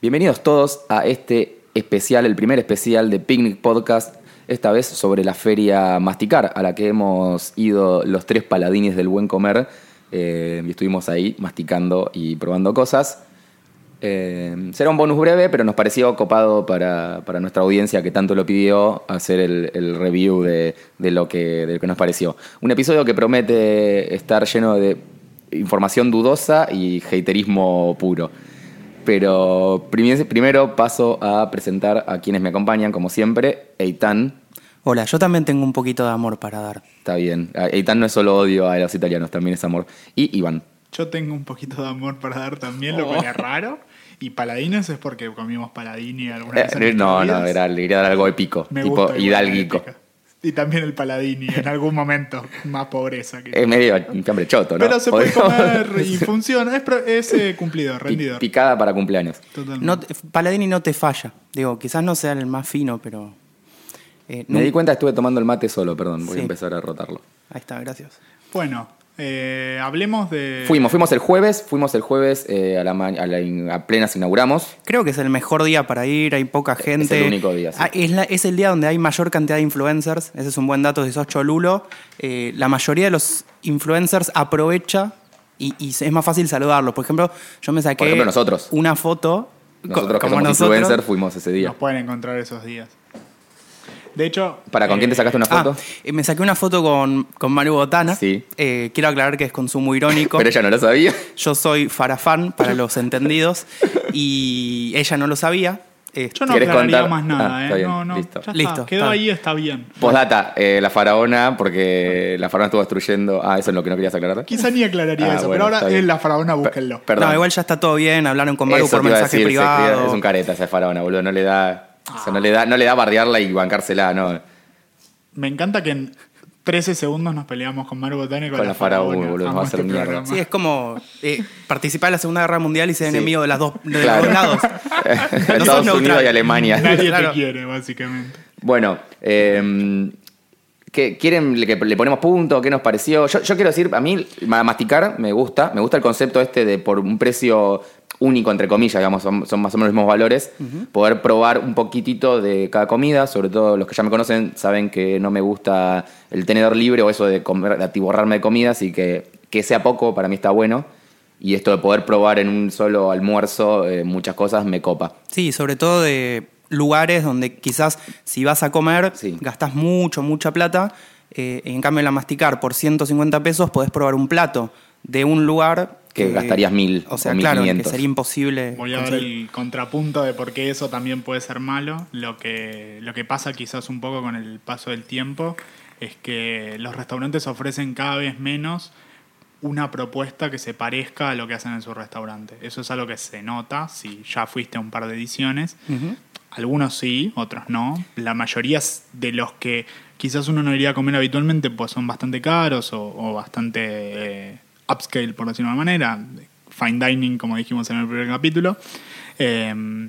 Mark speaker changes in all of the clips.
Speaker 1: Bienvenidos todos a este especial, el primer especial de Picnic Podcast, esta vez sobre la feria Masticar, a la que hemos ido los tres paladines del buen comer eh, y estuvimos ahí masticando y probando cosas. Eh, será un bonus breve, pero nos pareció copado para, para nuestra audiencia que tanto lo pidió hacer el, el review de, de lo que, de lo que nos pareció. Un episodio que promete estar lleno de información dudosa y haterismo puro. Pero primi- primero paso a presentar a quienes me acompañan, como siempre, Eitan.
Speaker 2: Hola, yo también tengo un poquito de amor para dar.
Speaker 1: Está bien. Ah, Eitan no es solo odio a los italianos, también es amor. Y Iván.
Speaker 3: Yo tengo un poquito de amor para dar también, lo
Speaker 1: Oh.
Speaker 3: cual es raro. Y paladines es porque comimos paladini alguna vez.
Speaker 1: Eh,
Speaker 3: en
Speaker 1: no,
Speaker 3: nuestras
Speaker 1: no,
Speaker 3: vidas.
Speaker 1: era, le quería dar algo épico,
Speaker 3: Me gusta
Speaker 1: tipo
Speaker 3: igual la
Speaker 1: hidalguico.
Speaker 3: épica. Y también el paladini, en algún momento, más pobreza. Que...
Speaker 1: Es medio un hambre choto, ¿no?
Speaker 3: Pero se puede
Speaker 1: Podríamos-
Speaker 3: comer y funciona. Es, pro- es, eh, cumplidor,
Speaker 1: Pi-
Speaker 3: rendidor.
Speaker 1: Picada para cumpleaños.
Speaker 3: Totalmente.
Speaker 2: No te- Paladini no te falla. Digo, quizás no sea el más fino, pero. eh,
Speaker 1: Me
Speaker 2: nun-
Speaker 1: di cuenta, estuve tomando el mate solo, perdón, voy
Speaker 2: Sí.
Speaker 1: a empezar a rotarlo.
Speaker 2: Ahí está, gracias.
Speaker 3: Bueno, eh, hablemos de...
Speaker 1: Fuimos, fuimos el jueves, fuimos el jueves eh, a, la ma- a la in- apenas inauguramos.
Speaker 2: Creo que es el mejor día para ir, hay poca gente.
Speaker 1: el único día, sí.
Speaker 2: Ah, es, la- es el día donde hay mayor cantidad de influencers. Ese es un buen dato si sos cholulo. eh, la mayoría de los influencers aprovecha y, y es más fácil saludarlos. Por ejemplo, yo me saqué
Speaker 1: Por ejemplo, nosotros.
Speaker 2: una foto. co-
Speaker 1: Nosotros que
Speaker 2: como
Speaker 1: somos
Speaker 2: nosotros.
Speaker 1: influencers fuimos ese día.
Speaker 3: Nos pueden encontrar esos días. De hecho...
Speaker 1: ¿Para con quién te
Speaker 3: eh,
Speaker 1: sacaste una
Speaker 2: Ah,
Speaker 1: foto?
Speaker 2: eh, me saqué una foto con, con Maru Botana.
Speaker 1: Sí.
Speaker 2: Eh, quiero aclarar que es consumo irónico.
Speaker 1: Pero ella no lo sabía.
Speaker 2: Yo soy farafán para los entendidos y ella no lo sabía. Eh,
Speaker 3: Yo no
Speaker 1: ¿Querés
Speaker 3: aclararía
Speaker 1: contar?
Speaker 3: más nada,
Speaker 1: Ah,
Speaker 3: ¿eh?
Speaker 1: está bien,
Speaker 3: no, no,
Speaker 1: listo.
Speaker 3: ya está,
Speaker 2: Listo,
Speaker 3: Quedó
Speaker 2: está.
Speaker 3: ahí, está bien.
Speaker 1: Postdata, eh, la faraona, porque la faraona estuvo destruyendo. Ah, eso es lo que no querías aclarar.
Speaker 3: Quizá ni aclararía
Speaker 1: Ah,
Speaker 3: eso,
Speaker 1: bueno,
Speaker 3: pero
Speaker 1: está
Speaker 3: ahora
Speaker 1: bien.
Speaker 3: es la faraona,
Speaker 1: Per-
Speaker 3: búsquenlo.
Speaker 1: Perdón.
Speaker 2: No, igual ya está todo bien, hablaron con Maru
Speaker 1: Eso
Speaker 2: por
Speaker 1: te iba a
Speaker 2: mensaje
Speaker 1: decir, se
Speaker 2: privado.
Speaker 1: cría- es un careta esa faraona, boludo. No le da. o sea, no le da, no le da bardearla y bancársela, no.
Speaker 3: Me encanta que en 13 segundos nos peleamos con Maru Botana y con,
Speaker 1: Con
Speaker 3: la
Speaker 1: la faraona,
Speaker 3: faraona.
Speaker 1: boludo, nos
Speaker 3: Amo este
Speaker 1: va a hacer mierda.
Speaker 3: programa.
Speaker 2: Sí, es como eh, participar en la Segunda Guerra Mundial y ser
Speaker 1: Sí.
Speaker 2: enemigo de, las dos, de
Speaker 1: Claro.
Speaker 2: los dos lados.
Speaker 1: Estados
Speaker 2: sos
Speaker 1: Unidos
Speaker 2: neutral.
Speaker 1: y Alemania.
Speaker 3: Nadie
Speaker 2: Claro.
Speaker 3: te quiere, básicamente.
Speaker 1: Bueno, eh, ¿qué- ¿quieren le- que le ponemos punto? ¿Qué nos pareció? Yo, yo quiero decir, a mí ma- masticar me gusta, me gusta el concepto este de por un precio único, entre comillas, digamos, son, son más o menos los mismos valores, poder probar un poquitito de cada comida, sobre todo los que ya me conocen saben que no me gusta el tenedor libre o eso de, comer, de atiborrarme de comida, así que que sea poco para mí está bueno. Y esto de poder probar en un solo almuerzo eh, muchas cosas me copa.
Speaker 2: Sí, sobre todo de lugares donde quizás si vas a comer
Speaker 1: Sí.
Speaker 2: gastas mucho, mucha plata. eh, en cambio, en la masticar por 150 pesos podés probar un plato de un lugar
Speaker 1: Que gastarías 1000
Speaker 2: O sea,
Speaker 1: o
Speaker 2: claro, que
Speaker 1: 1500.
Speaker 2: sería imposible.
Speaker 3: Voy a dar
Speaker 2: conseguir.
Speaker 3: el contrapunto de por qué eso también puede ser malo. Lo que, lo que pasa quizás un poco con el paso del tiempo es que los restaurantes ofrecen cada vez menos una propuesta que se parezca a lo que hacen en su restaurante. Eso es algo que se nota si ya fuiste a un par de ediciones. Algunos sí, otros no. La mayoría s- de los que quizás uno no iría a comer habitualmente pues son bastante caros o, o bastante eh, upscale, por decirlo de una manera. Fine dining, como dijimos en el primer capítulo. Eh,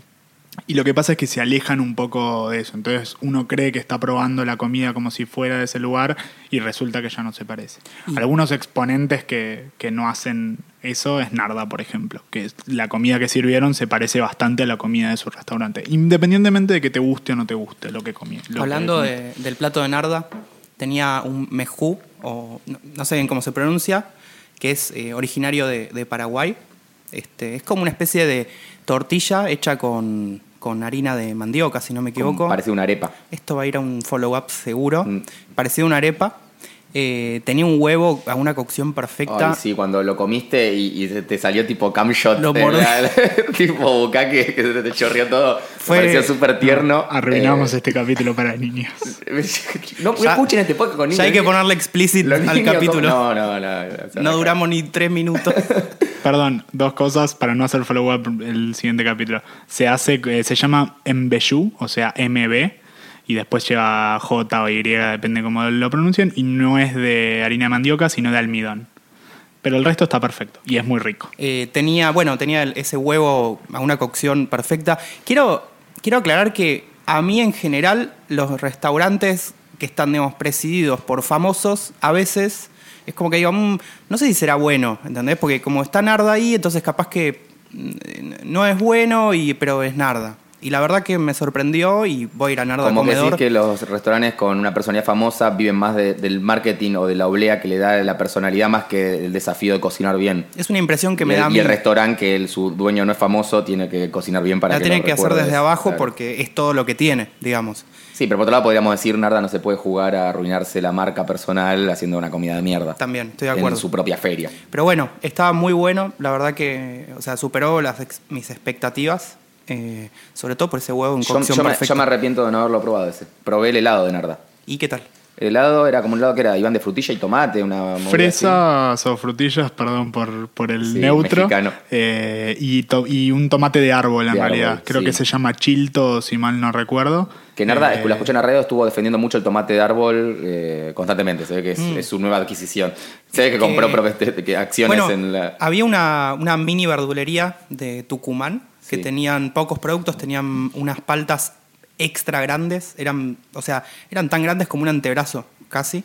Speaker 3: y lo que pasa es que se alejan un poco de eso. Entonces uno cree que está probando la comida como si fuera de ese lugar y resulta que ya no se parece. Algunos exponentes que, que no hacen eso es Narda, por ejemplo, que es- la comida que sirvieron se parece bastante a la comida de su restaurante, independientemente de que te guste o no te guste lo que comí. lo que
Speaker 2: Hablando
Speaker 3: comí.
Speaker 2: de- del plato de Narda, tenía un mejú, o no, no sé bien cómo se pronuncia, que es eh, originario de, de Paraguay. Este, es como una especie de tortilla hecha con, con harina de mandioca, si no me equivoco.
Speaker 1: Parece una arepa.
Speaker 2: Esto va a ir a un follow-up seguro.
Speaker 1: Mm.
Speaker 2: Parecía una arepa. Eh, tenía un huevo a una cocción perfecta.
Speaker 1: Ay, sí, cuando lo comiste y, y se te salió tipo cam shot.
Speaker 2: Lo
Speaker 1: de
Speaker 2: mordí.
Speaker 1: la- tipo bucaque que se te chorreó todo.
Speaker 2: Fue-
Speaker 1: Fue, pareció súper tierno.
Speaker 3: Arruinamos
Speaker 1: Eh,
Speaker 3: este capítulo para niñas.
Speaker 1: no, no
Speaker 2: Ya-
Speaker 1: escuchen este podcast con niños.
Speaker 2: Ya hay que ponerle explícito
Speaker 1: Los
Speaker 2: al
Speaker 1: niños
Speaker 2: capítulo. No,
Speaker 1: como- No, no, no. o sea,
Speaker 2: duramos ni tres minutos.
Speaker 3: Perdón, dos cosas para no hacer follow-up el siguiente capítulo. Se hace, eh, se llama MBU, o sea, MB, y después lleva J o Y, depende cómo lo pronuncien, y no es de harina de mandioca, sino de almidón. Pero el resto está perfecto y es muy rico.
Speaker 2: Eh, tenía, bueno, tenía el- ese huevo a una cocción perfecta. Quiero, quiero aclarar que a mí en general los restaurantes que están, digamos, presididos por famosos, a veces es como que digo, "Mm, no sé si será bueno, ¿entendés? Porque como está Narda ahí, entonces capaz que no es bueno, y, pero es Narda. Y la verdad que me sorprendió y voy a ir a Narda
Speaker 1: Como que
Speaker 2: Comedor.
Speaker 1: decís que los restaurantes con una personalidad famosa viven más de- del marketing o de la oblea que le da la personalidad más que el desafío de cocinar bien.
Speaker 2: Es una impresión que
Speaker 1: Y
Speaker 2: me
Speaker 1: el-
Speaker 2: da a
Speaker 1: y,
Speaker 2: mí.
Speaker 1: el restaurante que el- su dueño no es famoso tiene que cocinar bien para
Speaker 2: la
Speaker 1: que
Speaker 2: tienen
Speaker 1: lo
Speaker 2: que hacer
Speaker 1: recuerdes.
Speaker 2: desde abajo
Speaker 1: Claro.
Speaker 2: porque es todo lo que tiene, digamos.
Speaker 1: Sí, pero por otro lado podríamos decir, Narda no se puede jugar a arruinarse la marca personal haciendo una comida de mierda.
Speaker 2: También, estoy de acuerdo.
Speaker 1: En su propia feria.
Speaker 2: Pero bueno, estaba muy bueno, la verdad que, o sea, superó las ex- mis expectativas, eh, sobre todo por ese huevo en
Speaker 1: Yo,
Speaker 2: cocción
Speaker 1: yo me,
Speaker 2: perfecta.
Speaker 1: yo me arrepiento de no haberlo probado ese. Probé el helado de Narda.
Speaker 2: ¿Y qué tal?
Speaker 1: El helado era como un helado que era, iban de frutilla y tomate, una... movida así.
Speaker 3: Fresas o frutillas, perdón por, por el
Speaker 1: Sí,
Speaker 3: neutro.
Speaker 1: mexicano.
Speaker 3: Eh, y, to- y un tomate de árbol, en
Speaker 1: De
Speaker 3: realidad.
Speaker 1: árbol,
Speaker 3: Creo
Speaker 1: sí.
Speaker 3: que se llama chilto, si mal no recuerdo.
Speaker 1: Que Narda,
Speaker 3: Eh,
Speaker 1: la escuché en Arredo, estuvo defendiendo mucho el tomate de árbol eh, constantemente. Se ve que es, es su nueva adquisición. Se ve que compró
Speaker 2: Mm. Que-
Speaker 1: propias- te- que acciones
Speaker 2: Bueno,
Speaker 1: en la...
Speaker 2: había una, una mini verdulería de Tucumán que
Speaker 1: Sí.
Speaker 2: tenían pocos productos, tenían unas paltas extra grandes, eran, o sea, eran tan grandes como un antebrazo, casi.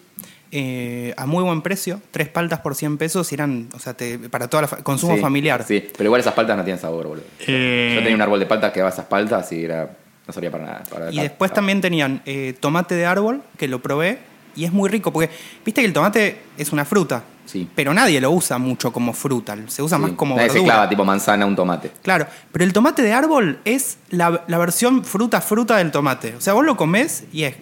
Speaker 2: eh, a muy buen precio, tres paltas por 100 pesos y eran, o sea, te- para toda la fa- consumo
Speaker 1: Sí,
Speaker 2: familiar.
Speaker 1: Sí, pero igual esas paltas no tienen sabor, boludo.
Speaker 3: eh,
Speaker 1: Yo tenía un árbol de paltas que daba esas paltas y era, no servía para nada. para- Ah.
Speaker 2: Y
Speaker 1: para-
Speaker 2: después
Speaker 1: para-
Speaker 2: también tenían eh, tomate de árbol, que lo probé, y es muy rico, porque viste que el tomate es una fruta,
Speaker 1: Sí.
Speaker 2: pero nadie lo usa mucho como fruta, se usa
Speaker 1: Sí,
Speaker 2: más como
Speaker 1: nadie se
Speaker 2: verdura.
Speaker 1: clava tipo manzana a un tomate.
Speaker 2: Claro, pero el tomate de árbol es la, la versión fruta-fruta del tomate. O sea, vos lo comés y es...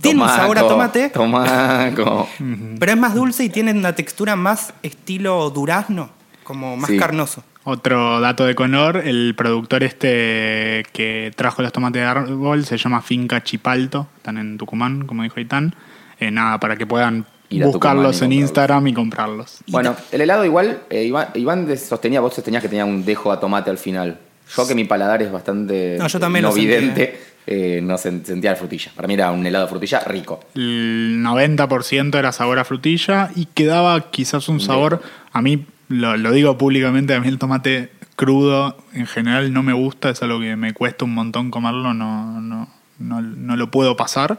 Speaker 2: Tiene un sabor a tomate,
Speaker 1: Tomaco.
Speaker 2: pero es más dulce y tiene una textura más estilo durazno, como más
Speaker 1: Sí.
Speaker 2: carnoso.
Speaker 3: Otro dato de color, el productor este que trajo los tomates de árbol se llama Finca Chipalto, están en Tucumán, como dijo Itán. Eh, nada, para que puedan
Speaker 1: Ir a
Speaker 3: buscarlos en
Speaker 1: Tucumán y comprarlos.
Speaker 3: Instagram y comprarlos.
Speaker 1: Bueno, el helado igual, eh, Iván, Iván de- sostenía, vos sostenías que tenía un dejo a tomate al final. Yo que mi paladar es bastante
Speaker 2: No, yo también
Speaker 1: no
Speaker 2: lo sentí,
Speaker 1: vidente, eh, no sen- sentía la frutilla. Para mí era un helado de frutilla rico.
Speaker 3: El 90% era sabor a frutilla y quedaba quizás un sabor, a mí lo, lo digo públicamente, a mí el tomate crudo en general no me gusta, es algo que me cuesta un montón comerlo, no, no, no, no lo puedo pasar.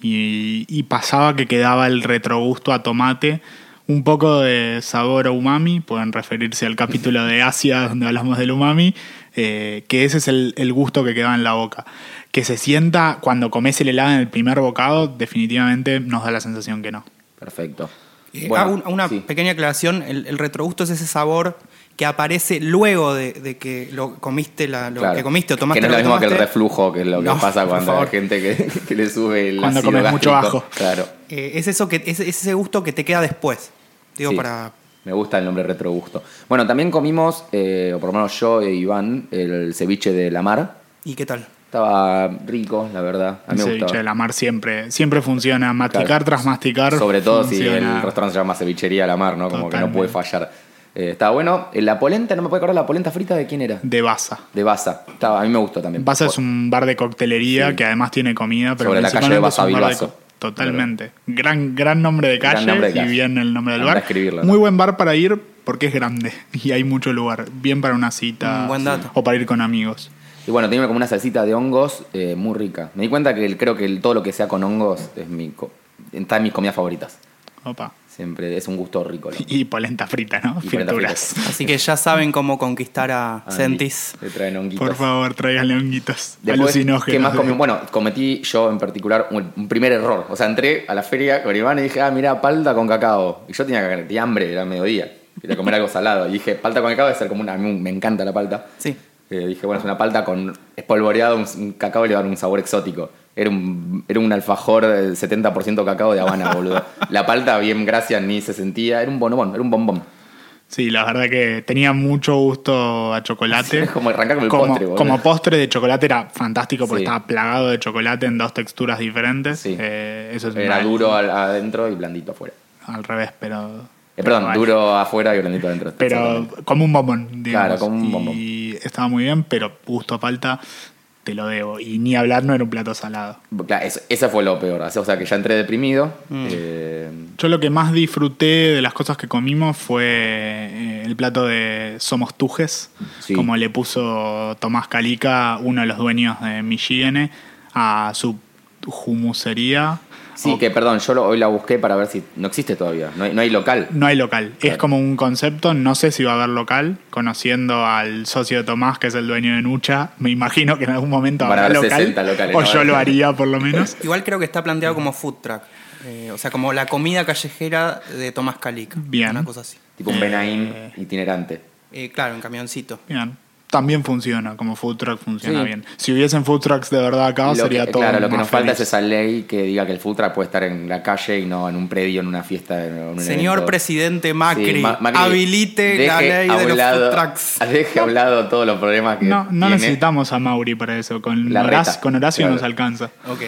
Speaker 3: Y, y pasaba que quedaba el retrogusto a tomate, un poco de sabor a umami, pueden referirse al capítulo de Asia donde hablamos del umami, eh, que ese es el, el gusto que queda en la boca. Que se sienta cuando comes el helado en el primer bocado, definitivamente nos da la sensación que no.
Speaker 1: Perfecto.
Speaker 2: Eh,
Speaker 1: Bueno,
Speaker 2: ah, un- una
Speaker 1: sí.
Speaker 2: pequeña aclaración, el, el retrogusto es ese sabor que aparece luego de, de que lo comiste, la, lo
Speaker 1: Claro.
Speaker 2: que comiste o tomaste.
Speaker 1: Que no
Speaker 2: lo
Speaker 1: es lo mismo que el
Speaker 2: tomaste.
Speaker 1: reflujo, que es lo que
Speaker 2: No,
Speaker 1: pasa
Speaker 2: por
Speaker 1: cuando hay
Speaker 2: favor.
Speaker 1: gente que, que le sube el
Speaker 3: Cuando
Speaker 1: ácido
Speaker 3: comes mucho
Speaker 1: gástrico.
Speaker 3: ajo.
Speaker 1: Claro.
Speaker 2: Eh, es eso que es, es ese gusto que te queda después. Digo,
Speaker 1: Sí.
Speaker 2: para.
Speaker 1: Me gusta el nombre retrogusto. Bueno, también comimos, eh, o por lo menos yo e Iván, el ceviche de la mar.
Speaker 2: ¿Y qué tal?
Speaker 1: Estaba rico, la verdad. A
Speaker 3: El
Speaker 1: mí me
Speaker 3: ceviche
Speaker 1: gustaba.
Speaker 3: de la mar siempre, siempre funciona, masticar
Speaker 1: Claro.
Speaker 3: tras masticar.
Speaker 1: Sobre todo si
Speaker 3: funciona.
Speaker 1: el restaurante se llama cevichería a la mar, ¿no? Como que no
Speaker 3: Totalmente.
Speaker 1: puede fallar. Eh, estaba bueno. Eh, La polenta, no me puedo acordar, la polenta frita de quién era.
Speaker 3: De Baza.
Speaker 1: De Baza. Estaba, a mí me gustó también.
Speaker 3: Baza es un bar de coctelería que además tiene comida, pero
Speaker 1: Sobre la calle de
Speaker 3: principalmente es un
Speaker 1: Baza
Speaker 3: bar de
Speaker 1: Bilbaso.
Speaker 3: co- Totalmente. Gran, gran nombre de
Speaker 1: Gran
Speaker 3: calle
Speaker 1: nombre de calle.
Speaker 3: y bien el nombre del
Speaker 1: Anda a
Speaker 3: bar.
Speaker 1: escribirlo, ¿no?
Speaker 3: Muy buen bar para ir porque es grande y hay mucho lugar. Bien para una cita
Speaker 2: Mm, buen dato.
Speaker 3: o para ir con amigos.
Speaker 1: Y bueno, tenía como una salsita de hongos eh, muy rica. Me di cuenta que el- creo que el- todo lo que sea con hongos es mi co- está en mis comidas favoritas.
Speaker 3: Opa.
Speaker 1: Siempre es un gusto rico. ¿no?
Speaker 3: Y polenta frita, ¿no?
Speaker 1: Y polenta
Speaker 3: Frituras.
Speaker 1: frita.
Speaker 2: Así que ya saben cómo conquistar a
Speaker 1: Andy,
Speaker 2: Sentis.
Speaker 1: Te traen honguitos.
Speaker 3: Por favor, tráigale honguitos.
Speaker 1: Después,
Speaker 3: alucinógenos.
Speaker 1: ¿qué más
Speaker 3: de-
Speaker 1: comí? Bueno, cometí yo en particular un, un primer error. O sea, entré a la feria con Iván y dije, ah, mira, palta con cacao. Y yo tenía, tenía hambre, era mediodía. Quería comer algo salado. Y dije, palta con cacao debe ser como una. a mí Me encanta la palta.
Speaker 2: Sí.
Speaker 1: Eh, dije, bueno, es una palta con espolvoreado, un, un cacao y le dan un sabor exótico. Era un, era un alfajor del 70% cacao de Habana, boludo. La palta, bien, gracias, ni se sentía. Era un bonobón, era un bombón.
Speaker 3: Sí, la verdad que tenía mucho gusto a chocolate.
Speaker 1: Sí, como arrancar con el
Speaker 3: como,
Speaker 1: postre, boludo.
Speaker 3: como postre de chocolate era fantástico porque
Speaker 1: Sí.
Speaker 3: estaba plagado de chocolate en dos texturas diferentes.
Speaker 1: Sí.
Speaker 3: Eh, eso es
Speaker 1: Era
Speaker 3: una-
Speaker 1: duro al- adentro y blandito afuera.
Speaker 3: Al revés, pero.
Speaker 1: Eh, perdón,
Speaker 3: pero
Speaker 1: duro afuera y blandito adentro.
Speaker 3: Pero como un bombón, digamos.
Speaker 1: Claro, como un bombón.
Speaker 3: Y estaba muy bien, pero gusto a palta, te lo debo. Y ni hablar, no era un plato salado.
Speaker 1: Claro, eso, eso fue lo peor. O sea, que ya entré deprimido. eh,
Speaker 3: Yo lo que más disfruté de las cosas que comimos fue eh, el plato de Somos Tujes,
Speaker 1: Sí.
Speaker 3: como le puso Tomás Calica, uno de los dueños de Michigene, a su humusería.
Speaker 1: Sí,
Speaker 3: O-
Speaker 1: que perdón, yo lo- hoy la busqué para ver si no existe todavía, no hay, no hay local.
Speaker 3: No hay local.
Speaker 1: Claro.
Speaker 3: Es como un concepto, no sé si va a haber local. Conociendo al socio de Tomás, que es el dueño de Nucha, me imagino que en algún momento
Speaker 1: Van a
Speaker 3: habrá
Speaker 1: haber
Speaker 3: local.
Speaker 1: 60 locales,
Speaker 3: o
Speaker 1: ¿no?
Speaker 3: yo lo haría, por lo menos.
Speaker 2: Igual creo que está planteado como food truck. Eh, o sea, como la comida callejera de Tomás Calica.
Speaker 3: Bien.
Speaker 2: Una cosa así.
Speaker 1: Tipo un Benaim itinerante.
Speaker 2: Eh, claro, en camioncito.
Speaker 3: Bien. También funciona, como food truck funciona
Speaker 1: Sí.
Speaker 3: bien. Si hubiesen food trucks de verdad acá,
Speaker 1: Lo
Speaker 3: Ah, sería
Speaker 1: que-
Speaker 3: todo.
Speaker 1: claro, lo que
Speaker 3: más
Speaker 1: nos falta es
Speaker 3: feliz.
Speaker 1: esa ley que diga que el food truck puede estar en la calle y no en un predio, en una fiesta. en un
Speaker 2: Señor
Speaker 1: evento.
Speaker 2: presidente Macri,
Speaker 1: Sí, Ma- Macri,
Speaker 2: habilite la
Speaker 1: deje
Speaker 2: ley
Speaker 1: a
Speaker 2: de
Speaker 1: un
Speaker 2: los
Speaker 1: lado-
Speaker 2: food trucks.
Speaker 1: Deje a un lado todos los problemas que
Speaker 3: No, no
Speaker 1: Eh, tiene.
Speaker 3: necesitamos a Mauri para eso. Con,
Speaker 1: La
Speaker 3: Horac-
Speaker 1: reta.
Speaker 3: con Horacio
Speaker 1: Claro.
Speaker 3: nos alcanza.
Speaker 2: Ok.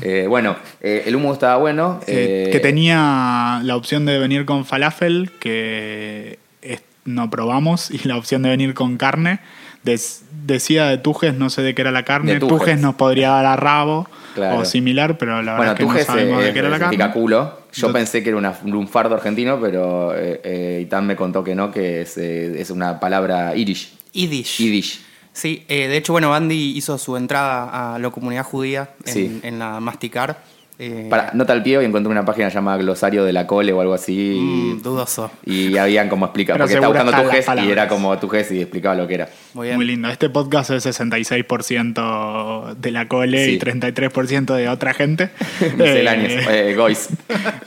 Speaker 1: Eh, bueno, eh, el humo estaba bueno.
Speaker 3: Eh,
Speaker 1: eh,
Speaker 3: que tenía la opción de venir con falafel, que es- no probamos, y la opción de venir con carne. Des- decía de Tujes, no sé de qué era la carne.
Speaker 1: De Tujes.
Speaker 3: Tujes. nos podría dar a rabo
Speaker 1: Claro.
Speaker 3: o similar, pero
Speaker 1: Bueno,
Speaker 3: la
Speaker 1: eh,
Speaker 3: verdad
Speaker 1: tu
Speaker 3: es que no sabemos de qué era la
Speaker 1: significa
Speaker 3: carne.
Speaker 1: culo. Yo
Speaker 3: Yo-
Speaker 1: pensé que era una- un fardo argentino, pero eh, eh, Itán me contó que no, que es, eh, es una palabra irish.
Speaker 2: Yiddish.
Speaker 1: Yiddish.
Speaker 2: Sí, eh, de hecho, bueno, Bandy hizo su entrada a la comunidad judía en,
Speaker 1: Sí.
Speaker 2: en la Masticar. Eh,
Speaker 1: Para, nota al pie y encontré una página llamada Glosario de la Cole o algo así. y-
Speaker 2: mm, dudoso.
Speaker 1: Y habían como explicado,
Speaker 3: Pero
Speaker 1: porque estaba
Speaker 3: seguro
Speaker 1: buscando tu
Speaker 3: están las
Speaker 1: y era como
Speaker 3: palabras.
Speaker 1: tu y explicaba lo que era.
Speaker 2: Muy bien.
Speaker 3: Muy lindo. Este podcast es 66% de la cole
Speaker 1: Sí.
Speaker 3: y 33% de otra gente.
Speaker 1: Misceláneas,
Speaker 3: Eh,
Speaker 1: eh, Gois.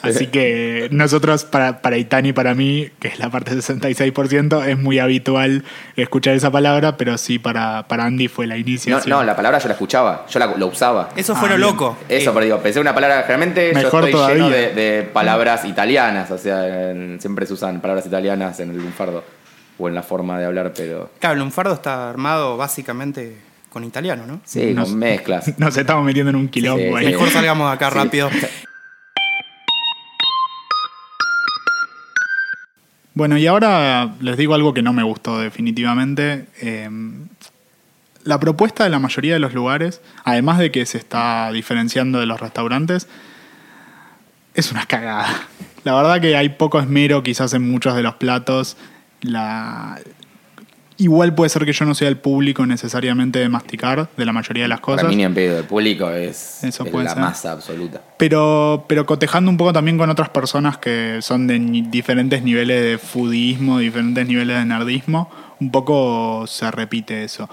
Speaker 3: Así que nosotros, para, para Itán y para mí, que es la parte 66%, es muy habitual escuchar esa palabra, pero sí para, para Andy fue la
Speaker 1: No,
Speaker 3: iniciación.
Speaker 1: no, la palabra yo la escuchaba, yo la, lo usaba.
Speaker 2: Eso
Speaker 3: Ah,
Speaker 2: fue lo
Speaker 3: bien.
Speaker 2: loco.
Speaker 1: Eso,
Speaker 2: Eh,
Speaker 1: pero digo, pensé una palabra, generalmente
Speaker 3: Mejor
Speaker 1: yo estoy lleno
Speaker 3: todavía.
Speaker 1: de, de palabras italianas, o sea, en- siempre se usan palabras italianas en el lunfardo o en la forma de hablar, pero...
Speaker 2: Claro, el lunfardo está armado básicamente con italiano, ¿no?
Speaker 1: Sí,
Speaker 3: No
Speaker 1: con
Speaker 3: sé.
Speaker 1: mezclas.
Speaker 3: Nos estamos metiendo en un
Speaker 1: Sí,
Speaker 3: quilombo. ahí.
Speaker 1: sí.
Speaker 2: Mejor salgamos de acá
Speaker 1: Sí.
Speaker 2: rápido.
Speaker 3: Bueno, y ahora les digo algo que no me gustó definitivamente. Eh, la propuesta de la mayoría de los lugares, además de que se está diferenciando de los restaurantes, es una cagada. La verdad que hay poco esmero quizás en muchos de los platos. La... Igual puede ser que yo no sea el público necesariamente de masticar de la mayoría de las
Speaker 1: Para
Speaker 3: cosas.
Speaker 1: mí ni en pedo, el público es,
Speaker 3: Eso
Speaker 1: es
Speaker 3: puede
Speaker 1: la
Speaker 3: ser.
Speaker 1: masa absoluta.
Speaker 3: Pero, pero cotejando un poco también con otras personas que son de ni- diferentes niveles de foodismo, diferentes niveles de nerdismo, un poco se repite eso.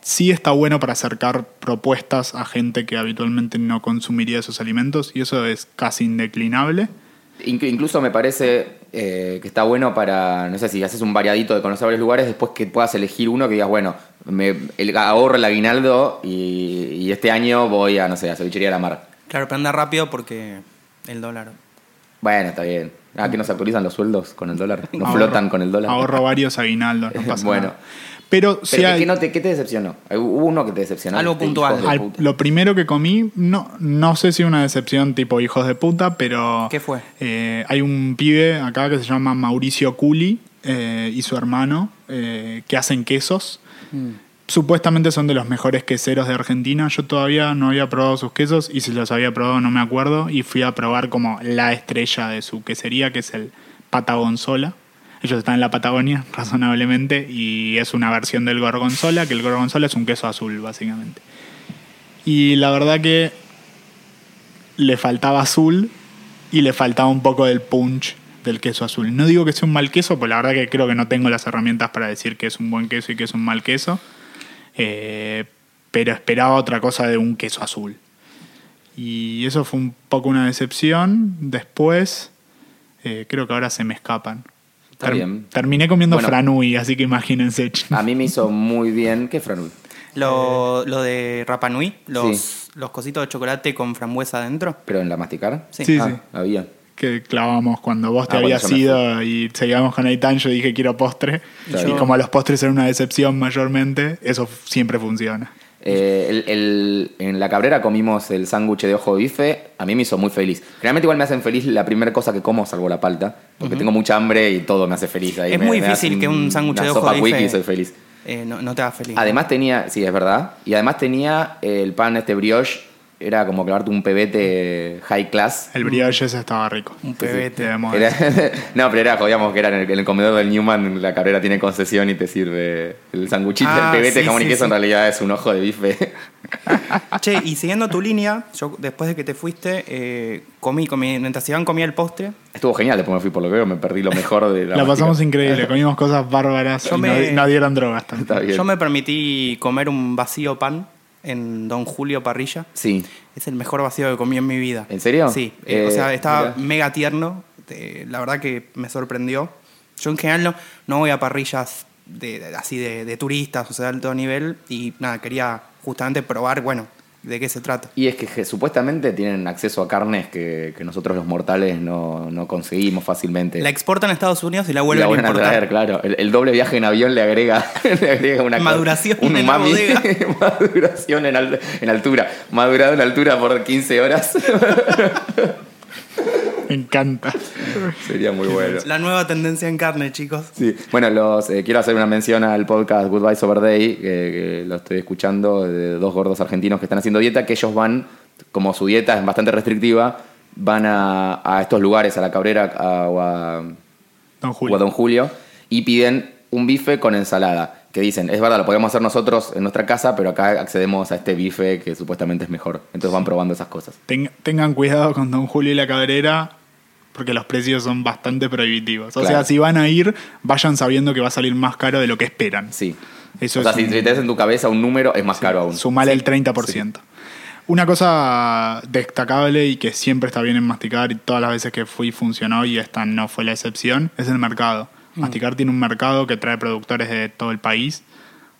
Speaker 3: Sí está bueno para acercar propuestas a gente que habitualmente no consumiría esos alimentos y eso es casi indeclinable.
Speaker 1: Inc- Incluso me parece eh, que está bueno para, no sé, si haces un variadito de conocer varios lugares, después que puedas elegir uno que digas, bueno, me el, ahorro el aguinaldo y, y este año voy a, no sé, a cevichería de la mar.
Speaker 2: Claro, pero anda rápido porque el dólar.
Speaker 1: Bueno, está bien. Ah, que no se actualizan los sueldos con el dólar, no
Speaker 3: Ahorro-
Speaker 1: flotan con el dólar.
Speaker 3: Ahorro varios aguinaldos, no pasa
Speaker 1: Bueno.
Speaker 3: nada. Pero, si
Speaker 1: Pero, ¿qué-
Speaker 3: hay-
Speaker 1: ¿qué, no te, ¿Qué te decepcionó? Hubo uno que te decepcionó.
Speaker 2: Algo
Speaker 1: Hijos de
Speaker 2: puntual.
Speaker 1: puta.
Speaker 3: al- lo primero que comí, no, no sé si una decepción tipo hijos de puta, pero...
Speaker 2: ¿Qué fue?
Speaker 3: Eh, hay un pibe acá que se llama Mauricio Culi eh, y su hermano eh, que hacen quesos. Supuestamente son de los mejores queseros de Argentina. Yo todavía no había probado sus quesos y si los había probado no me acuerdo. Y fui a probar como la estrella de su quesería, que es el Patagonzola. Ellos están en la Patagonia, razonablemente, y es una versión del Gorgonzola, que el Gorgonzola es un queso azul, básicamente. Y la verdad que le faltaba azul y le faltaba un poco del punch del queso azul. No digo que sea un mal queso, pues la verdad que creo que no tengo las herramientas para decir que es un buen queso y que es un mal queso. Eh, pero esperaba otra cosa de un queso azul. Y eso fue un poco una decepción. Después, eh, creo que ahora se me escapan.
Speaker 1: Está bien.
Speaker 3: Terminé comiendo
Speaker 1: Bueno. Ah,
Speaker 3: franui, así que imagínense.
Speaker 1: A mí me hizo muy bien. ¿Qué Franul? Eh.
Speaker 2: Lo, lo de Rapa Nui, los, los cositos de chocolate con frambuesa adentro.
Speaker 1: ¿Pero en la masticar?
Speaker 2: Sí.
Speaker 3: Sí,
Speaker 1: Ah,
Speaker 3: sí.
Speaker 1: Había.
Speaker 3: que clavamos cuando vos te
Speaker 1: Ah,
Speaker 3: habías
Speaker 1: cuando yo
Speaker 3: ido y seguíamos con Aitán, yo dije quiero postre.
Speaker 1: Está
Speaker 3: Y
Speaker 1: bien.
Speaker 3: como los postres eran una decepción mayormente, eso f- siempre funciona.
Speaker 1: Eh, el- el- en la Cabrera comimos el sándwich de ojo de bife. A mí me hizo muy feliz. Generalmente igual me hacen feliz la primera cosa que como, salvo la palta. Porque tengo mucha hambre y todo me hace feliz. Ahí
Speaker 2: Es
Speaker 1: me-
Speaker 2: muy
Speaker 1: me das
Speaker 2: difícil que un sándwich
Speaker 1: una
Speaker 2: de ojo
Speaker 1: sopa
Speaker 2: de
Speaker 1: quick
Speaker 2: bife-
Speaker 1: y soy feliz.
Speaker 2: Eh, no, no te haga feliz.
Speaker 1: Además tenía, sí, es verdad. Y además tenía el pan este brioche era como clavarte un pebete high class.
Speaker 3: El brioche ese estaba rico.
Speaker 2: Un pebete.
Speaker 3: Debemos
Speaker 1: Mm. Era-
Speaker 3: decir.
Speaker 1: no, pero era, digamos que era en el, en el comedor del Newman, la cabrera tiene concesión y te sirve el sanguchito,
Speaker 2: Ah,
Speaker 1: el pebete
Speaker 2: sí,
Speaker 1: jamón y
Speaker 2: sí,
Speaker 1: queso en
Speaker 2: sí.
Speaker 1: realidad es un ojo de bife.
Speaker 2: Ah, Che, y siguiendo tu línea, yo después de que te fuiste, eh, comí, comí, mientras Iván comía el postre,
Speaker 1: Estuvo genial, después me fui por lo que veo, me perdí lo mejor de la
Speaker 3: La
Speaker 1: mastica.
Speaker 3: pasamos increíble, comimos cosas bárbaras
Speaker 2: Yo
Speaker 3: y no-
Speaker 2: me-
Speaker 3: no, dieron drogas tanto.
Speaker 1: Está Ah, bien.
Speaker 2: yo me permití comer un vacío pan en Don Julio Parrilla.
Speaker 1: Sí.
Speaker 2: Es el mejor vacío que comí en mi vida.
Speaker 1: ¿En serio?
Speaker 2: Sí. eh,
Speaker 1: Eh,
Speaker 2: o sea, estaba
Speaker 1: mira.
Speaker 2: mega tierno. eh, la verdad que me sorprendió. Yo en general no, no voy a parrillas de, de- así de, de turistas, o sea, de alto nivel. Y nada, quería justamente probar, bueno, de qué se trata.
Speaker 1: Y es que, je- supuestamente tienen acceso a carnes que, que nosotros los mortales no, no conseguimos fácilmente.
Speaker 2: La exportan a Estados Unidos y la
Speaker 1: Y
Speaker 2: vuelven,
Speaker 1: la vuelven
Speaker 2: a
Speaker 1: a
Speaker 2: importar.
Speaker 1: traer, claro. El, el doble viaje en avión le agrega, le agrega una co-
Speaker 2: Maduración
Speaker 1: un
Speaker 2: en la
Speaker 1: umami.
Speaker 2: bodega.
Speaker 1: Maduración en, al- en altura. Madurado en altura por 15 horas.
Speaker 3: Me encanta.
Speaker 1: Sería muy bueno.
Speaker 2: La nueva tendencia en carne, chicos.
Speaker 1: Sí. Bueno, los, eh, quiero hacer una mención al podcast Goodbye Sober Day, que, que lo estoy escuchando, de dos gordos argentinos que están haciendo dieta, que ellos van, como su dieta es bastante restrictiva, van a, a estos lugares, a la Cabrera a- o a o
Speaker 3: Don
Speaker 1: a
Speaker 3: Julio.
Speaker 1: Don Julio y piden un bife con ensalada. Que dicen, es verdad, lo podemos hacer nosotros en nuestra casa, pero acá accedemos a este bife que supuestamente es mejor. Entonces van probando esas cosas.
Speaker 3: Ten- tengan cuidado con Don Julio y la Cabrera porque los precios son bastante prohibitivos. O
Speaker 1: Claro.
Speaker 3: sea, si van a ir, vayan sabiendo que va a salir más caro de lo que esperan.
Speaker 1: Sí.
Speaker 3: Eso
Speaker 1: o sea,
Speaker 3: es
Speaker 1: si
Speaker 3: un-
Speaker 1: te tenés en tu cabeza un número, es más caro aún.
Speaker 3: Sumale el 30%. Una cosa destacable y que siempre está bien en masticar, y todas las veces que fui funcionó y esta no fue la excepción, es el mercado. Masticar tiene un mercado que trae productores de todo el país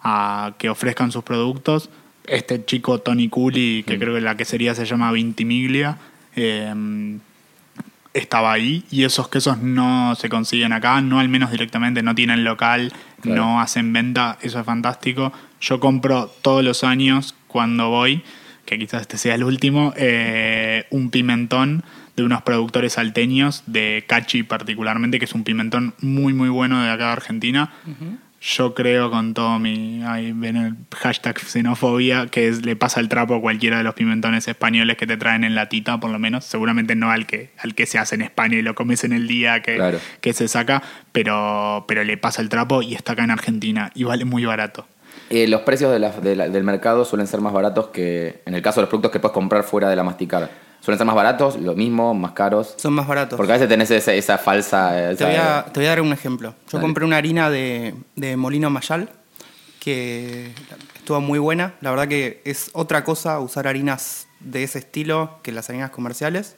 Speaker 3: a que ofrezcan sus productos. Este chico Tony Cooley, que creo que la quesería se llama Vintimiglia, eh, estaba ahí y esos quesos no se consiguen acá, no al menos directamente, no tienen local,
Speaker 1: Claro.
Speaker 3: no hacen venta, eso es fantástico. Yo compro todos los años cuando voy, que quizás este sea el último, eh, un pimentón de unos productores salteños, de Cachi particularmente, que es un pimentón muy muy bueno de acá de Argentina. Yo creo con todo mi. Ahí ven el hashtag xenofobia, que es- le pasa el trapo a cualquiera de los pimentones españoles que te traen en latita, por lo menos. Seguramente no al que, al que se hace en España y lo comes en el día que,
Speaker 1: Claro.
Speaker 3: que se saca, pero, pero le pasa el trapo y está acá en Argentina y vale muy barato.
Speaker 1: Eh, los precios de la- de la- del mercado suelen ser más baratos que, en el caso de los productos que puedes comprar fuera de la masticar. Suelen ser más baratos, lo mismo, más caros.
Speaker 2: Son más baratos.
Speaker 1: Porque a veces tenés esa, esa falsa... eh,
Speaker 2: Te
Speaker 1: esa-
Speaker 2: voy, a, te voy a dar un ejemplo. Yo
Speaker 1: Dale.
Speaker 2: compré una harina de, de Molino Mayal que estuvo muy buena. La verdad que es otra cosa usar harinas de ese estilo que las harinas comerciales.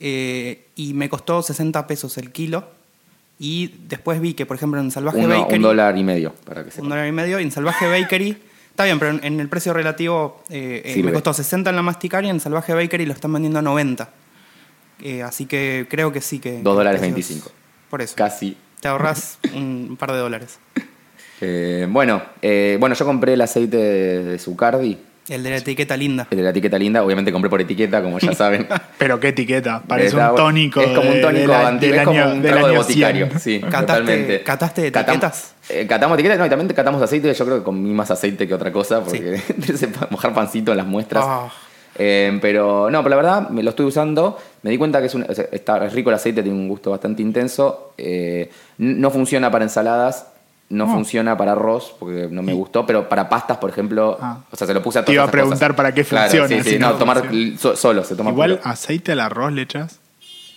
Speaker 2: Eh, y me costó 60 pesos el kilo. Y después vi que, por ejemplo, en Salvaje
Speaker 1: uno-
Speaker 2: Bakery...
Speaker 1: un dólar y medio, para que sepas.
Speaker 2: un dólar y medio. Y en Salvaje Bakery... Está bien, pero en- en el precio relativo eh, eh,
Speaker 1: Sirve.
Speaker 2: me costó 60 en la masticar y en Salvaje Bakery lo están vendiendo a 90. Eh, así que creo que sí que...
Speaker 1: Dos dólares
Speaker 2: precios-
Speaker 1: 25.
Speaker 2: Por eso.
Speaker 1: Casi
Speaker 2: Te ahorras un par de dólares.
Speaker 1: Eh, bueno, eh, bueno, yo compré el aceite de, de Zucardi,
Speaker 2: El de la etiqueta linda.
Speaker 1: el de la etiqueta linda. Obviamente compré por etiqueta, como ya saben.
Speaker 3: Pero qué etiqueta, parece
Speaker 1: Está
Speaker 3: un
Speaker 1: bueno.
Speaker 3: tónico.
Speaker 1: Es como
Speaker 3: de-
Speaker 1: un tónico,
Speaker 3: de la-
Speaker 1: anti-
Speaker 3: del
Speaker 1: es como
Speaker 3: año-
Speaker 1: un
Speaker 3: del
Speaker 1: trago de
Speaker 3: año
Speaker 1: boticario.
Speaker 3: 100.
Speaker 1: Sí,
Speaker 2: ¿Cataste-
Speaker 1: totalmente.
Speaker 2: cataste
Speaker 1: Catam-
Speaker 2: etiquetas?
Speaker 1: eh, catamos etiquetas, no, y también catamos aceite. Yo creo que comí más aceite que otra cosa, porque ese pa- mojar pancito en las muestras.
Speaker 2: Ah.
Speaker 1: Eh, pero no, pero la verdad, me lo estoy usando. Me di cuenta que es un- o sea, está es rico el aceite, tiene un gusto bastante intenso. Eh, n- no funciona para ensaladas, no
Speaker 3: No.
Speaker 1: funciona para arroz, porque no me gustó, pero para pastas, por ejemplo,
Speaker 3: Ah.
Speaker 1: o sea, se lo puse a
Speaker 3: Te iba a
Speaker 1: todas esas
Speaker 3: preguntar
Speaker 1: cosas.
Speaker 3: para qué
Speaker 1: Claro,
Speaker 3: funciona,
Speaker 1: sí, sí,
Speaker 3: si
Speaker 1: no,
Speaker 3: no
Speaker 1: tomar
Speaker 3: funciona.
Speaker 1: so- solo, se toma
Speaker 3: Igual
Speaker 1: puro.
Speaker 3: aceite al arroz le echas.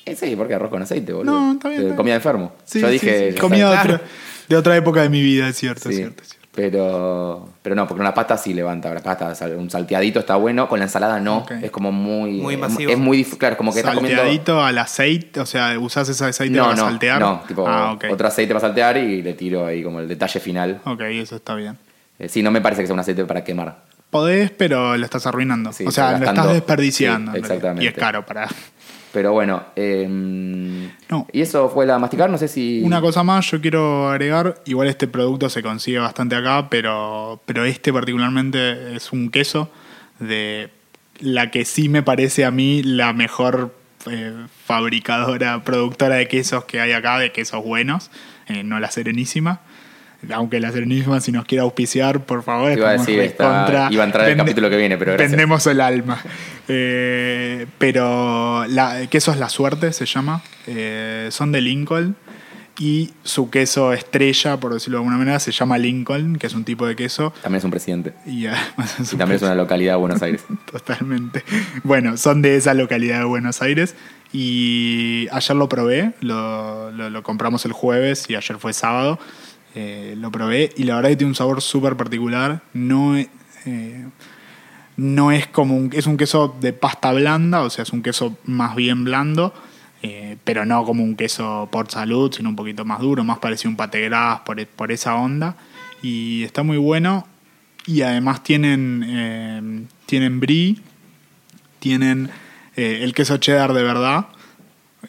Speaker 1: Eh, sí, porque arroz con aceite, boludo.
Speaker 3: No, está bien,
Speaker 1: Eh,
Speaker 3: está bien.
Speaker 1: Comida de enfermo.
Speaker 3: Sí,
Speaker 1: Yo
Speaker 3: sí,
Speaker 1: dije.
Speaker 3: sí.
Speaker 1: ya
Speaker 3: Comida de
Speaker 1: sabes.
Speaker 3: otra, de otra época de mi vida, es cierto, es
Speaker 1: Sí,
Speaker 3: cierto, es cierto.
Speaker 1: Pero, pero no, porque una pasta sí levanta. La pasta, sal- un salteadito está bueno, con la ensalada no.
Speaker 3: Ok.
Speaker 1: Es como muy. eh,
Speaker 2: Muy
Speaker 1: es-
Speaker 2: invasivo.
Speaker 1: Es muy. dif- Claro, como que estás comiendo.
Speaker 3: Salteadito al aceite, o sea, usás ese aceite
Speaker 1: No,
Speaker 3: para
Speaker 1: no,
Speaker 3: saltear.
Speaker 1: no, tipo
Speaker 3: ah, ok.
Speaker 1: otro aceite para saltear y le tiro ahí como el detalle final.
Speaker 3: Ok, eso está bien.
Speaker 1: Eh, sí, no me parece que sea un aceite para quemar.
Speaker 3: Podés, pero lo estás arruinando.
Speaker 1: Sí,
Speaker 3: o sea,
Speaker 1: estás
Speaker 3: lo
Speaker 1: gastando-
Speaker 3: estás desperdiciando.
Speaker 1: sí,
Speaker 3: en realidad.
Speaker 1: exactamente.
Speaker 3: Y es caro para.
Speaker 1: Pero bueno. eh, no.
Speaker 3: No.
Speaker 1: Y eso fue la masticar, no sé si.
Speaker 3: Una cosa más, yo quiero agregar, igual este producto se consigue bastante acá, pero, pero este particularmente es un queso de la que sí me parece a mí la mejor eh, fabricadora, productora de quesos que hay acá, de quesos buenos, eh, no la Serenísima. Aunque la Serenísima, si nos quiere auspiciar, por favor,
Speaker 1: Te iba a
Speaker 3: estamos
Speaker 1: decir, está-
Speaker 3: recontra-
Speaker 1: iba a entrar el
Speaker 3: vende-
Speaker 1: capítulo que viene, pero gracias.
Speaker 3: Vendemos el alma. Eh, pero la, queso es la suerte, se llama. Eh, son de Lincoln. Y su queso estrella, por decirlo de alguna manera, se llama Lincoln, que es un tipo de queso.
Speaker 1: También es un presidente.
Speaker 3: Y, ah, además
Speaker 1: Y también es una localidad de Buenos Aires.
Speaker 3: Totalmente. Bueno, son de esa localidad de Buenos Aires. Y ayer lo probé, lo, lo- lo compramos el jueves y ayer fue sábado. Eh, lo probé y la verdad que tiene un sabor súper particular. No, e- eh, no es como un, es un queso de pasta blanda, o sea, es un queso más bien blando, eh, pero no como un queso por salud, sino un poquito más duro, más parecido a un pate gras por, e- por esa onda. Y está muy bueno. Y además tienen, eh, tienen brie, tienen eh, el queso cheddar de verdad.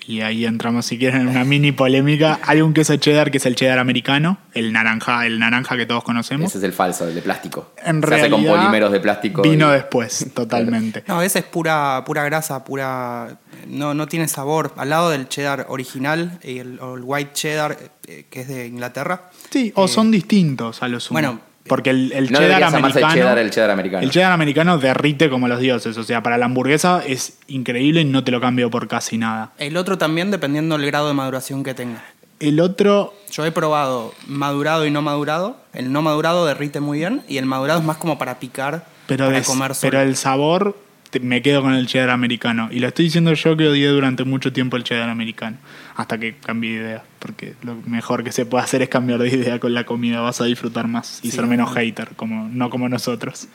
Speaker 3: Y ahí entramos, si quieren, en una mini polémica. Hay un queso cheddar que es el cheddar americano, el naranja, el naranja que todos conocemos.
Speaker 1: Ese es el falso, el de plástico.
Speaker 3: En
Speaker 1: Se hace
Speaker 3: realidad,
Speaker 1: con polímeros de plástico.
Speaker 3: Vino
Speaker 1: y-
Speaker 3: después, totalmente.
Speaker 2: No, esa es pura, pura grasa, pura. No, no tiene sabor. Al lado del cheddar original, eh, el, o el white cheddar, eh, que es de Inglaterra.
Speaker 3: Sí, o son distintos a los
Speaker 2: bueno,
Speaker 3: porque el, el
Speaker 1: Eh, No
Speaker 3: cheddar
Speaker 1: debería llamarse
Speaker 3: americano.
Speaker 1: cheddar el cheddar americano.
Speaker 3: el cheddar americano derrite como los dioses. O sea, para la hamburguesa es increíble y no te lo cambio por casi nada.
Speaker 2: El otro también, dependiendo del grado de maduración que tenga.
Speaker 3: El otro,
Speaker 2: Yo he probado madurado y no madurado. El no madurado derrite muy bien y el madurado es más como para picar,
Speaker 3: pero,
Speaker 2: para
Speaker 3: des-
Speaker 2: comer solo.
Speaker 3: pero el sabor, te- me quedo con el cheddar americano. Y lo estoy diciendo yo que odié durante mucho tiempo el cheddar americano. Hasta que cambié de idea. Porque lo mejor que se puede hacer es cambiar de idea con la comida. Vas a disfrutar más y
Speaker 2: Sí,
Speaker 3: ser menos hater, como, no como nosotros.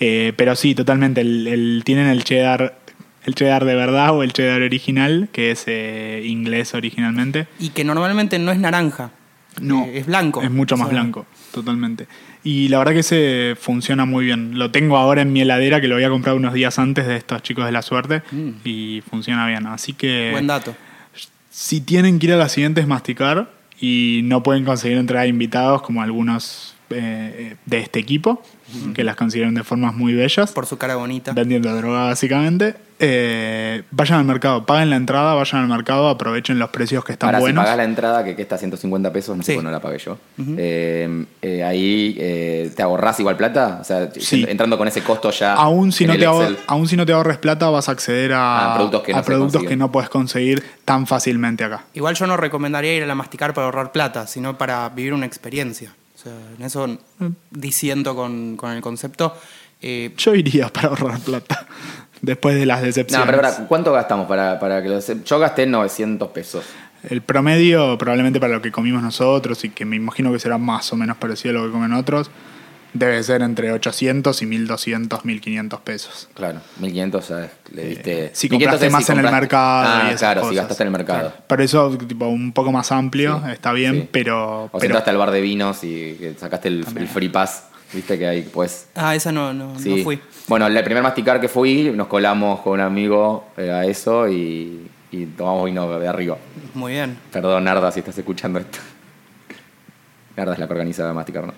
Speaker 3: Eh, pero sí, totalmente. el- el- tienen el cheddar. El cheddar de verdad o el cheddar original, que es eh, inglés originalmente.
Speaker 2: Y que normalmente no es naranja.
Speaker 3: No.
Speaker 2: Eh, es blanco.
Speaker 3: Es mucho más
Speaker 2: O sea,
Speaker 3: blanco, totalmente. Y la verdad que se funciona muy bien. Lo tengo ahora en mi heladera que lo había comprado unos días antes de estos chicos de la suerte y funciona bien. Así que
Speaker 2: Mm. Buen dato.
Speaker 3: si tienen que ir a las siguientes masticar y no pueden conseguir entrar invitados como algunos eh, de este equipo, que las consiguieron de formas muy bellas,
Speaker 2: Por su cara bonita.
Speaker 3: vendiendo droga básicamente, eh, vayan al mercado, paguen la entrada, vayan al mercado, aprovechen los precios que están
Speaker 1: Ahora,
Speaker 3: buenos.
Speaker 1: si pagás la entrada, que, que está 150 pesos, no sé
Speaker 2: Sí.
Speaker 1: por qué no la pagué yo. Eh, eh, ahí eh, te ahorrás igual plata. O sea,
Speaker 3: Sí.
Speaker 1: entrando con ese costo ya.
Speaker 3: Aún si,
Speaker 1: en
Speaker 3: no
Speaker 1: el
Speaker 3: te ahor-
Speaker 1: Excel.
Speaker 3: aún si no te ahorres plata, vas a acceder a,
Speaker 1: Ah, productos que
Speaker 3: a
Speaker 1: no se
Speaker 3: productos
Speaker 1: consiguen.
Speaker 3: que no puedes conseguir tan fácilmente acá.
Speaker 2: Igual yo no recomendaría ir a la masticar para ahorrar plata, sino para vivir una experiencia. O sea, en eso
Speaker 3: Mm.
Speaker 2: disiento con, con el concepto. Eh,
Speaker 3: Yo iría para ahorrar plata después de las
Speaker 1: No,
Speaker 3: decepciones.
Speaker 1: pero ahora, ¿cuánto gastamos para, para que lo se- Yo gasté 900 pesos.
Speaker 3: El promedio, probablemente para lo que comimos nosotros y que me imagino que será más o menos parecido a lo que comen otros, debe ser entre 800 y 1200, 1500 pesos.
Speaker 1: Claro, 1500, ¿sabes? Le diste.
Speaker 3: Eh, Si
Speaker 1: 1500
Speaker 3: compraste
Speaker 1: es
Speaker 3: más
Speaker 1: si
Speaker 3: en el
Speaker 1: compraste-
Speaker 3: mercado.
Speaker 1: Ah,
Speaker 3: y esas
Speaker 1: claro, si
Speaker 3: cosas.
Speaker 1: gastaste en el mercado.
Speaker 3: Claro. Pero eso, tipo, un poco más amplio,
Speaker 1: Sí,
Speaker 3: está bien,
Speaker 1: sí.
Speaker 3: pero.
Speaker 1: O
Speaker 3: pero
Speaker 1: sentaste al bar de vinos y que sacaste el, el free pass. Viste que ahí, pues.
Speaker 2: ah, esa no, no,
Speaker 1: Sí.
Speaker 2: no fui.
Speaker 1: Bueno, el primer masticar que fui, nos colamos con un amigo eh, a eso y, y tomamos vino de arriba.
Speaker 2: Muy bien.
Speaker 1: Perdón, Narda, si estás escuchando esto. Narda es la que organiza Masticar, ¿no?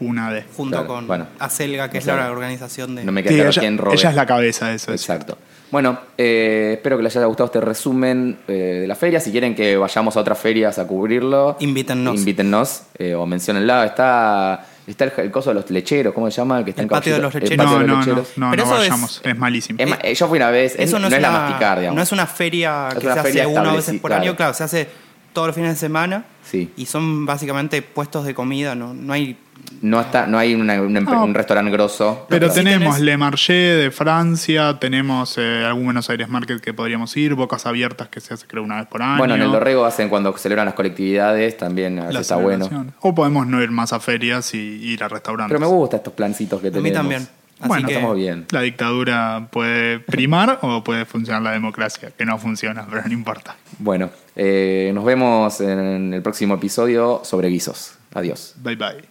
Speaker 3: una de.
Speaker 2: Junto
Speaker 1: Claro,
Speaker 2: con
Speaker 1: bueno.
Speaker 2: Acelga,
Speaker 1: O
Speaker 2: que es
Speaker 1: sea,
Speaker 2: la organización de...
Speaker 1: No me queda
Speaker 3: Sí,
Speaker 1: claro
Speaker 3: ella,
Speaker 1: quién robe.
Speaker 3: ella es la cabeza de eso. es
Speaker 1: Exacto. Bueno, eh, espero que les haya gustado este resumen eh, de la feria. Si quieren que vayamos a otras ferias a cubrirlo,
Speaker 2: Invítennos.
Speaker 1: Invítennos eh, o menciónenla. Está, está el, el coso de los lecheros, ¿cómo se llama? El, que está
Speaker 2: El
Speaker 1: en
Speaker 2: patio de
Speaker 1: Caballito-
Speaker 2: los
Speaker 1: el
Speaker 2: lecheros.
Speaker 1: patio
Speaker 3: No,
Speaker 1: de los
Speaker 3: no, no,
Speaker 1: lecheros.
Speaker 3: no,
Speaker 2: Pero
Speaker 3: no
Speaker 2: eso
Speaker 3: vayamos,
Speaker 2: es-
Speaker 3: es, malísimo.
Speaker 1: Es ma- eh, yo fui una vez, es-
Speaker 2: Eso no, es,
Speaker 1: la
Speaker 2: una,
Speaker 1: masticar, digamos.
Speaker 2: no es una feria
Speaker 1: Es
Speaker 2: que
Speaker 1: una
Speaker 2: se
Speaker 1: feria
Speaker 2: hace una o veces
Speaker 1: establecida,
Speaker 2: por año,
Speaker 1: claro.
Speaker 2: claro, se hace todos los fines de semana
Speaker 1: Sí.
Speaker 2: y son básicamente puestos de comida, no, no hay...
Speaker 1: No está, no hay una- una-
Speaker 3: No.
Speaker 1: un restaurante grosso.
Speaker 3: Pero
Speaker 2: Lo que sí
Speaker 3: tenemos
Speaker 2: tenés-
Speaker 3: Le Marché de Francia, tenemos eh, algún Buenos Aires Market que podríamos ir, Bocas Abiertas que se hace creo una vez por año.
Speaker 1: Bueno, en el Dorrego hacen cuando celebran las colectividades, también a veces
Speaker 3: la
Speaker 1: está bueno.
Speaker 3: celebración. O podemos no ir más a ferias y ir a restaurantes.
Speaker 1: Pero me gustan estos plancitos que
Speaker 2: A
Speaker 1: tenemos. Ah,
Speaker 2: mí también. Así
Speaker 3: Bueno,
Speaker 2: que,
Speaker 1: Estamos bien.
Speaker 3: La dictadura puede primar o puede funcionar la democracia, que no funciona, pero no importa.
Speaker 1: Bueno, eh, nos vemos en el próximo episodio sobre guisos. Adiós.
Speaker 3: Bye bye.